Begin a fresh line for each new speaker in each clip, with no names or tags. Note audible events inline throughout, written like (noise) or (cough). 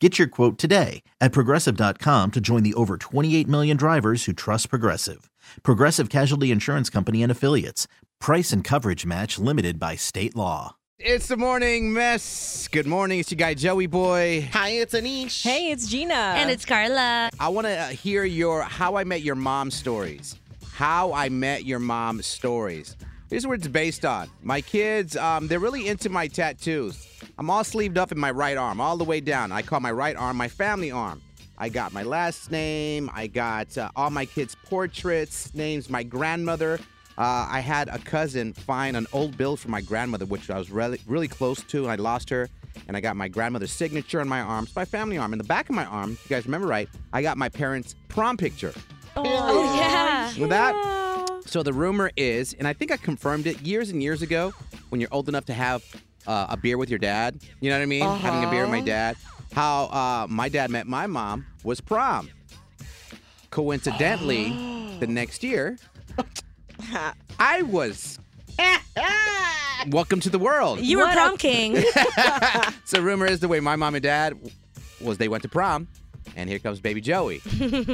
Get your quote today at progressive.com to join the over 28 million drivers who trust Progressive. Progressive Casualty Insurance Company and Affiliates. Price and coverage match limited by state law.
It's the morning mess. Good morning. It's your guy Joey Boy.
Hi, it's Anish.
Hey, it's Gina.
And it's Carla.
I want to hear your how I met your mom stories. How I met your mom stories. Here's what it's based on. My kids, um, they're really into my tattoos. I'm all sleeved up in my right arm, all the way down. I call my right arm my family arm. I got my last name. I got uh, all my kids' portraits, names, my grandmother. Uh, I had a cousin find an old bill from my grandmother, which I was really, really close to, and I lost her. And I got my grandmother's signature on my arm, it's my family arm. In the back of my arm, if you guys remember right, I got my parents' prom picture.
Oh, yeah.
With that, so the rumor is, and I think I confirmed it years and years ago, when you're old enough to have uh, a beer with your dad, you know what I mean? Having a beer with my dad, how uh, my dad met my mom was prom. Coincidentally, the next year, I was. Welcome to the world.
You were prom
(laughs)
king. (laughs)
So rumor is the way my mom and dad w- was they went to prom, and here comes baby Joey.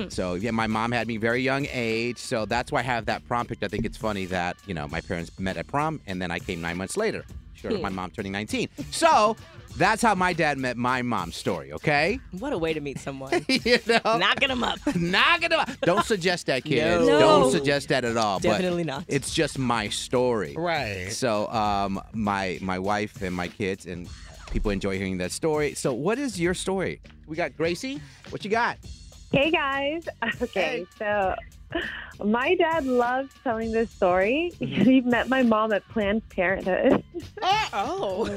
so yeah, my mom had me very young age, so that's why I have that prom picture. I think it's funny that you know my parents met at prom, and then I came nine months later, short of my mom turning 19. So that's how my dad met my mom's story. Okay,
what a way to meet someone.
(laughs) you know.
Knocking them up.
Not gonna. Don't suggest that, kids.
No.
Don't
No.
suggest that at all. but
Definitely not.
It's just my story.
Right.
So, um, my my wife and my kids and people enjoy hearing that story. So, what is your story? We got Gracie. What you got?
Hey guys. Okay, so my dad loves telling this story. he met my mom at Planned Parenthood. (laughs)
(laughs) Oh.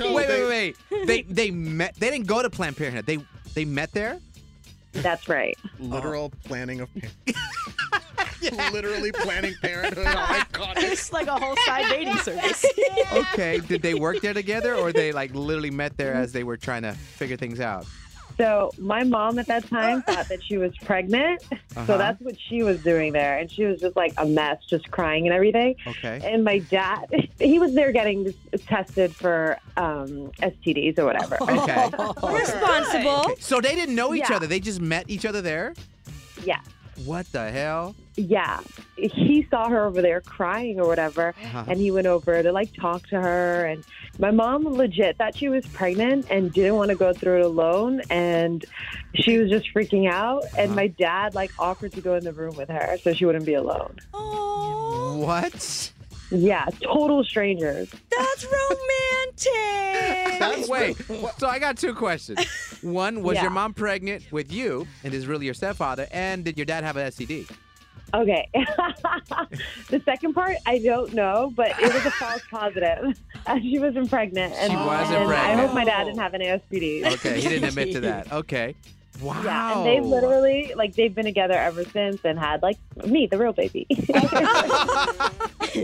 Well, well.
wait, wait, wait. they they met. They didn't go to Planned Parenthood. They they met there.
That's right.
Literal planning of parenthood. Literally planning parenthood. Oh my god.
It's like a whole side (laughs) dating service.
Okay. Did they work there together, or they like literally met there as they were trying to figure things out?
So my mom at that
(laughs)
time thought that she was pregnant.
Uh-huh.
So that's what she was doing there. And she was just like a mess, just crying and everything.
Okay. (laughs)
And my dad, (laughs) he was there getting tested for um, STDs or whatever.
Oh.
Okay.
Responsible.
So they didn't know each
Yeah.
other. They just met each other there.
Yeah.
What the hell?
Yeah. He saw her over there crying or whatever.
Uh-huh.
and he went over to like talk to her and my mom legit thought she was pregnant and didn't want to go through it alone and she was just freaking out and
Uh-huh.
my dad like offered to go in the room with her so she wouldn't be alone
Oh,
What?
yeah total strangers
that's romantic.
That's
Wait. So I got two questions. One was
Yeah.
your mom pregnant with you and is really your stepfather, and did your dad have an STD?
okay (laughs) the second part i don't know but it was a false positive (laughs) she wasn't pregnant and,
She wasn't
and i hope my dad
pregnant.
didn't have an aspd
Okay, he didn't admit to
(laughs)
that. Okay. Wow.
yeah, and they literally like they've been together ever since and had like me, the real baby.
(laughs)
(laughs)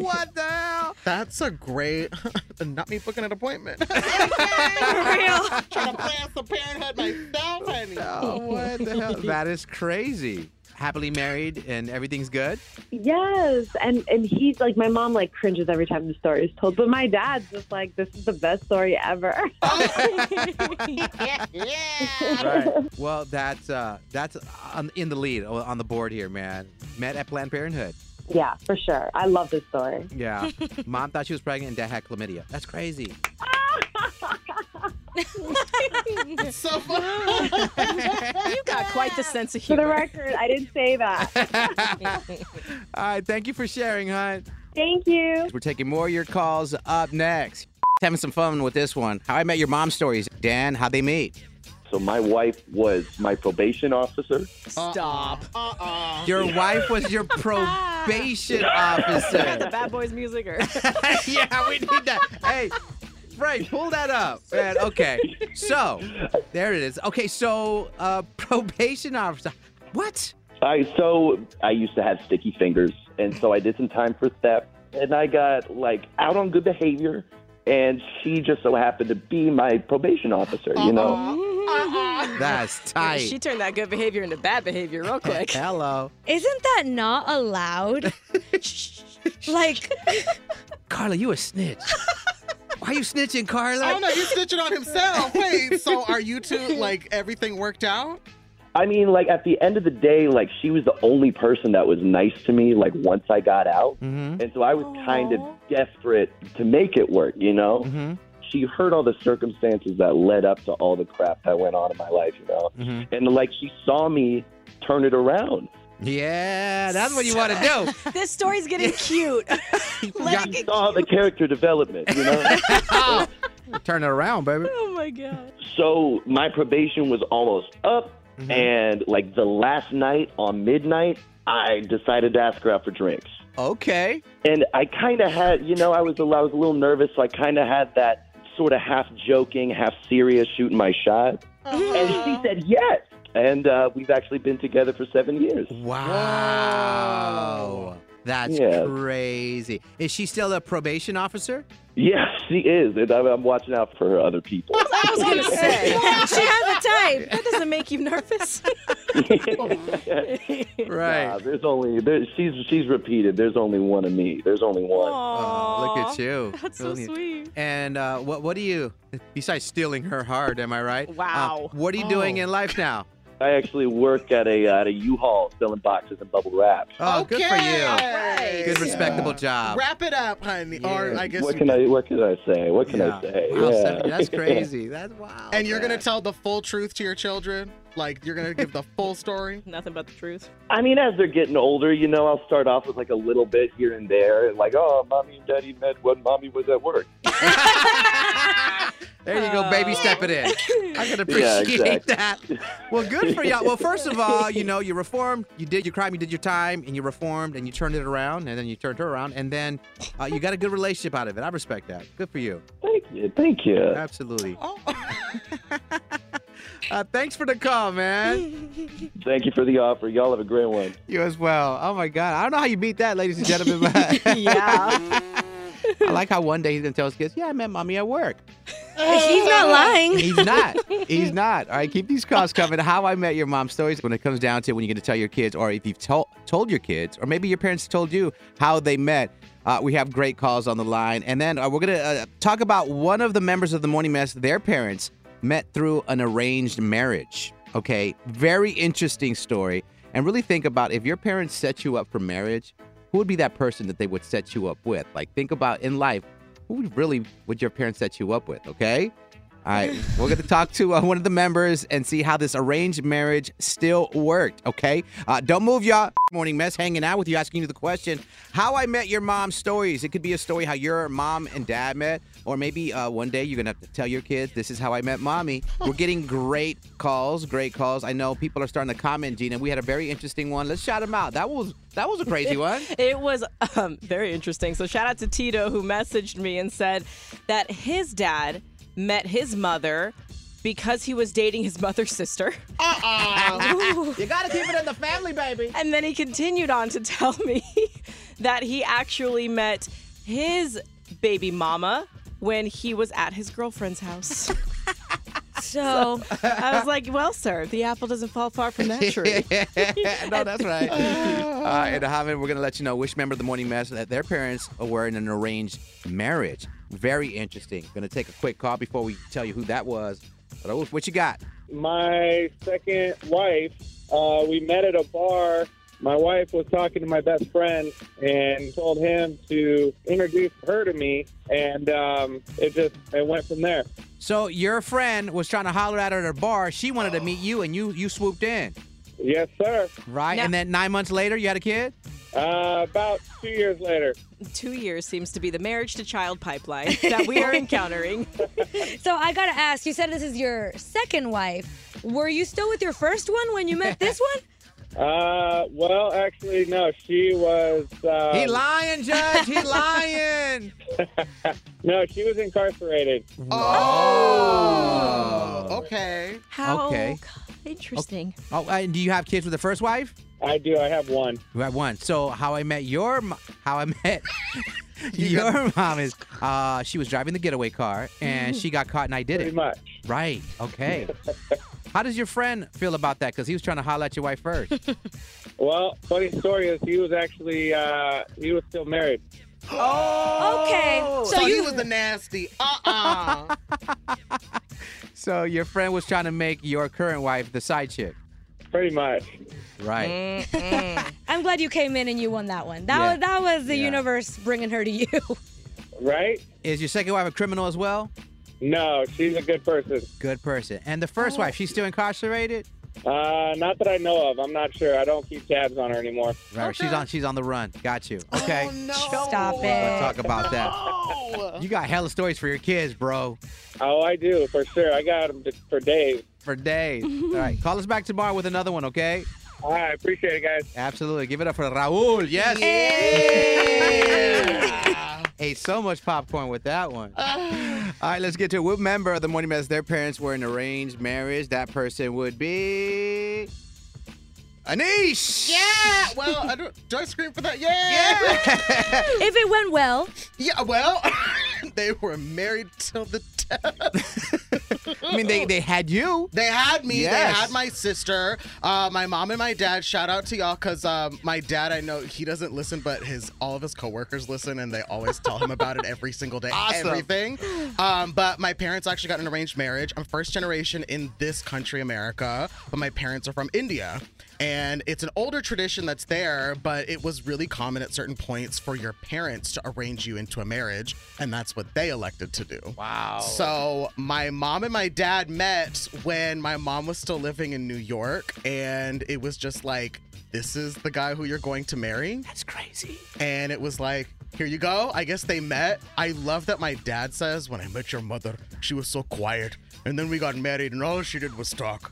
what the hell?
That's a great. Not me booking an appointment.
(laughs) For real.
Trying to plan some parenthood myself, honey.
Oh, what the
(laughs)
hell? That is crazy. Happily married and everything's good.
Yes, and and he's like my mom like cringes every time the story is told, but my dad's just like this is the best story ever. (laughs)
Right. well, that's uh, that's on, in the lead o- on the board here, man. Met at Planned Parenthood.
yeah, for sure. I love this story. (laughs)
Yeah. Mom thought she was pregnant and dad had chlamydia. That's crazy.
It's so fun.
You got quite the sense of
For the
(laughs)
humor.
record, I didn't say that.
All right. Thank you for sharing, hon.
Thank you.
We're taking more of your calls up next. (laughs) Having some fun with this one. How I Met Your Mom stories. Dan, how they meet.
So my wife was my probation officer.
Stop.
Your wife was (laughs) your probation
Got the
officer.
Bad Boys music or
(laughs) yeah, we need that. Hey, Frank, pull that up. Man, okay. So, there it is. Okay, so uh, (laughs) probation officer. What?
I so I used to have sticky fingers, and so I did some time for theft, and I got like out on good behavior, and she just so happened to be my probation officer. You know,
That's tight.
she turned that good behavior into bad behavior
(laughs)
real quick.
Hello.
Isn't that not
(laughs)
allowed? like,
Carla, you a snitch. Why you snitching, Carla?
Oh no, he's snitching
(laughs)
on himself. Wait, so are you two like everything worked out?
I mean, like at the end of the day, like she was the only person that was nice to me. Like once I got out,
Mm-hmm.
and so I was kind of desperate to make it work. You know,
Mm-hmm.
she heard all the circumstances that led up to all the crap that went on in my life. You know,
Mm-hmm.
and like she saw me turn it around.
Yeah, that's what you want
(laughs)
to do.
this story's getting (laughs) cute. Let it
She
get-
saw the character development. You know.
Turn it around, baby.
oh my god.
So my probation was almost up, and like the last night on midnight, I decided to ask her out for drinks.
Okay.
And I kind of had, you know, I was a, I was a little nervous, so I kind of had that sort of half joking, half serious shooting my shot.
Uh-huh.
And she said yes, and uh, we've actually been together for seven years.
Wow. That's
Yeah.
crazy. Is she still a probation officer?
Yes, she is, and I'm, I'm watching out for other people.
I was gonna say (laughs)
she has a type.
that doesn't make you (laughs) nervous.
Nah, there's only there, she's she's repeated. There's only one of me. There's only one.
Oh, look at
Aw,
you.
That's so
Brilliant.
sweet.
And uh, what what do you besides stealing her heart? Am I right? Uh,
Wow.
what are you
Oh.
doing in life now?
I actually work at a uh, at a U-Haul selling boxes and bubble wrap.
Oh, good for you.
Okay.
Good respectable
Yeah.
job.
Wrap it up, honey. Or I guess.
What can I What can I say? What can I say?
Wow,
Yeah.
Stephanie,
(laughs)
that's crazy. That's wow.
and you're gonna tell the full truth to your children. Like you're gonna give the full story.
Nothing but
(laughs)
the truth.
I mean, as they're getting older, you know, I'll start off with like a little bit here and there, and like, oh, mommy and daddy met when mommy was at work.
(laughs) There you go, baby. Step it in. I can appreciate
exactly.
that. Well, good for y'all. Well, first of all, you know, you reformed, you did your crime, you did your time, and you reformed, and you turned it around, and then you turned her around, and then uh, you got a good relationship out of it. I respect that. Good for you.
Thank you, thank you.
Absolutely.
Oh.
(laughs) Uh, thanks for the call, man.
Thank you for the offer. Y'all have a great one.
You as well. Oh my God, I don't know how you beat that, ladies and gentlemen. But
Yeah.
I like how one day he's gonna tell his kids, "Yeah, I met mommy at work."
Oh.
He's not lying.
He's not. He's not. All right, keep these calls coming. How I Met Your Mom stories. When it comes down to when you're going to tell your kids, or if you've told told your kids, or maybe your parents told you how they met. Uh, we have great calls on the line, and then uh, we're going to uh, talk about one of the members of the Morning Mess. Their parents met through an arranged marriage. Okay, very interesting story. And really think about if your parents set you up for marriage, who would be that person that they would set you up with? Like, think about in life, who would really would your parents set you up with? Okay. All right, we're going to talk to uh, one of the members and see how this arranged marriage still worked, okay? Uh, don't move, y'all. (laughs) Morning Mess hanging out with you, asking you the question How I Met Your Mom stories. It could be a story how your mom and dad met, or maybe uh, one day you're going to have to tell your kids, This is how I met mommy. We're getting great calls, great calls. I know people are starting to comment, Gina. We had a very interesting one. Let's shout them out. That was that was a crazy one.
It was um, very interesting. So shout out to Tito who messaged me and said that his dad met his mother because he was dating his mother's sister.
You got to keep it in the family, baby.
And then he continued on to tell me (laughs) that he actually met his baby mama when he was at his girlfriend's house.
So,
I was like, well, sir, the apple doesn't fall far from that tree.
(laughs) no, that's right. Uh, and Haven, we're going to let you know which member of the Morning Mass that their parents were in an arranged marriage. Very interesting. Going to take a quick call before we tell you who that was. But oh, what you got?
my second wife, uh, we met at a bar. My wife was talking to my best friend and told him to introduce her to me, and um, it just it went from there.
So your friend was trying to holler at her at a bar. She wanted to meet you, and you you swooped in,
Yes, sir.
right?
No.
And then nine months later, you had a kid.
Uh, about two years later.
Two years seems to be the marriage to child pipeline that we are encountering.
(laughs) So I gotta ask, you said this is your second wife. Were you still with your first one when you met this one?
Uh, well, actually, no. She was. Uh,
He lying, Judge. (laughs) He lying.
No, she was incarcerated.
Oh.
Okay.
How
Okay.
interesting.
Oh, and do you have kids with the first wife?
I do. I have one.
You have one. So how I met your mo- how I met
(laughs) You
your (laughs) mom is uh, she was driving the getaway car and she got caught and I did
Pretty
it.
(laughs)
much.
Right. Okay. how does your friend feel about that? Because he was trying to holler at your wife
(laughs)
first.
Well, funny story is he was actually uh, he was still married.
Okay.
So, he was the nasty. Uh-uh.
so your friend was trying to make your current wife the side chick.
Pretty much.
Right.
I'm glad you came in and you won that one. That
Yeah.
was, that was the
Yeah.
universe bringing her to you. (laughs)
Right?
Is your second wife a criminal as well?
No, she's a good person.
Good person. And the
Oh.
first wife, she's still incarcerated.
Uh, not that I know of. I'm not sure. I don't keep tabs on her anymore.
Right. She's on. She's on the run. Got you. Okay.
Oh, no.
Stop
We'll
it.
talk about that.
No.
You got hella stories for your kids, bro.
Oh, I do for sure. I got them for days.
For days. All right. Call us back tomorrow with another one, okay?
All right, appreciate it, guys.
Absolutely. Give it up for Raul. Yes. Ate so much popcorn with that one.
Ah.
All right, let's get to it. What member of the Morning Mess, their parents were in arranged marriage? That person would be. Anish!
Yeah. Well, I don't. Do I scream for that? Yeah.
Yeah! (laughs)
if it went well,
Yeah. Well, (laughs) they were married till the death.
I mean, they, they had you.
They had me.
Yes.
They had my sister, uh, my mom, and my dad. Shout out to y'all, cause um, my dad, I know he doesn't listen, but his all of his coworkers listen, and they always tell him about it every single day.
Awesome.
Everything. Um, but my parents actually got an arranged marriage. I'm first generation in this country, America, but my parents are from India. And it's an older tradition that's there, but it was really common at certain points for your parents to arrange you into a marriage, and that's what they elected to do.
Wow.
So my mom and my dad met when my mom was still living in New York, and it was just like, this is the guy who you're going to marry.
That's crazy.
And it was like, here you go. I guess they met. I love that my dad says, when I met your mother, she was so quiet. And then we got married, and all she did was talk.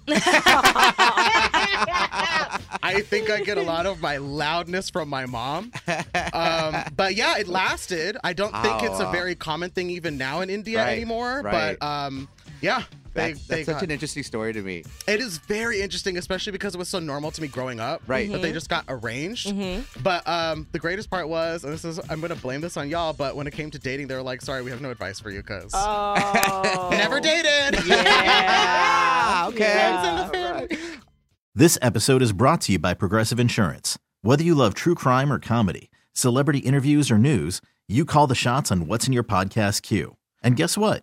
I think I get a lot of my loudness from my mom.
(laughs)
Um, but yeah, it lasted. I don't think it's
Oh, wow.
a very common thing even now in India
Right,
anymore.
right.
But um, yeah, they,
That's,
they
that's such
got-
an interesting story to me.
it is very interesting, especially because it was so normal to me growing up.
Right.
That they
Mm-hmm.
just got arranged. But um, the greatest part was, and this is, I'm going to blame this on y'all, but when it came to dating, they were like, sorry, we have no advice for you because
Oh.
never dated. (laughs)
Yeah.
Ah,
Ah,
okay.
Yeah.
This episode is brought to you by Progressive Insurance. Whether you love true crime or comedy, celebrity interviews or news, you call the shots on what's in your podcast queue. And guess what?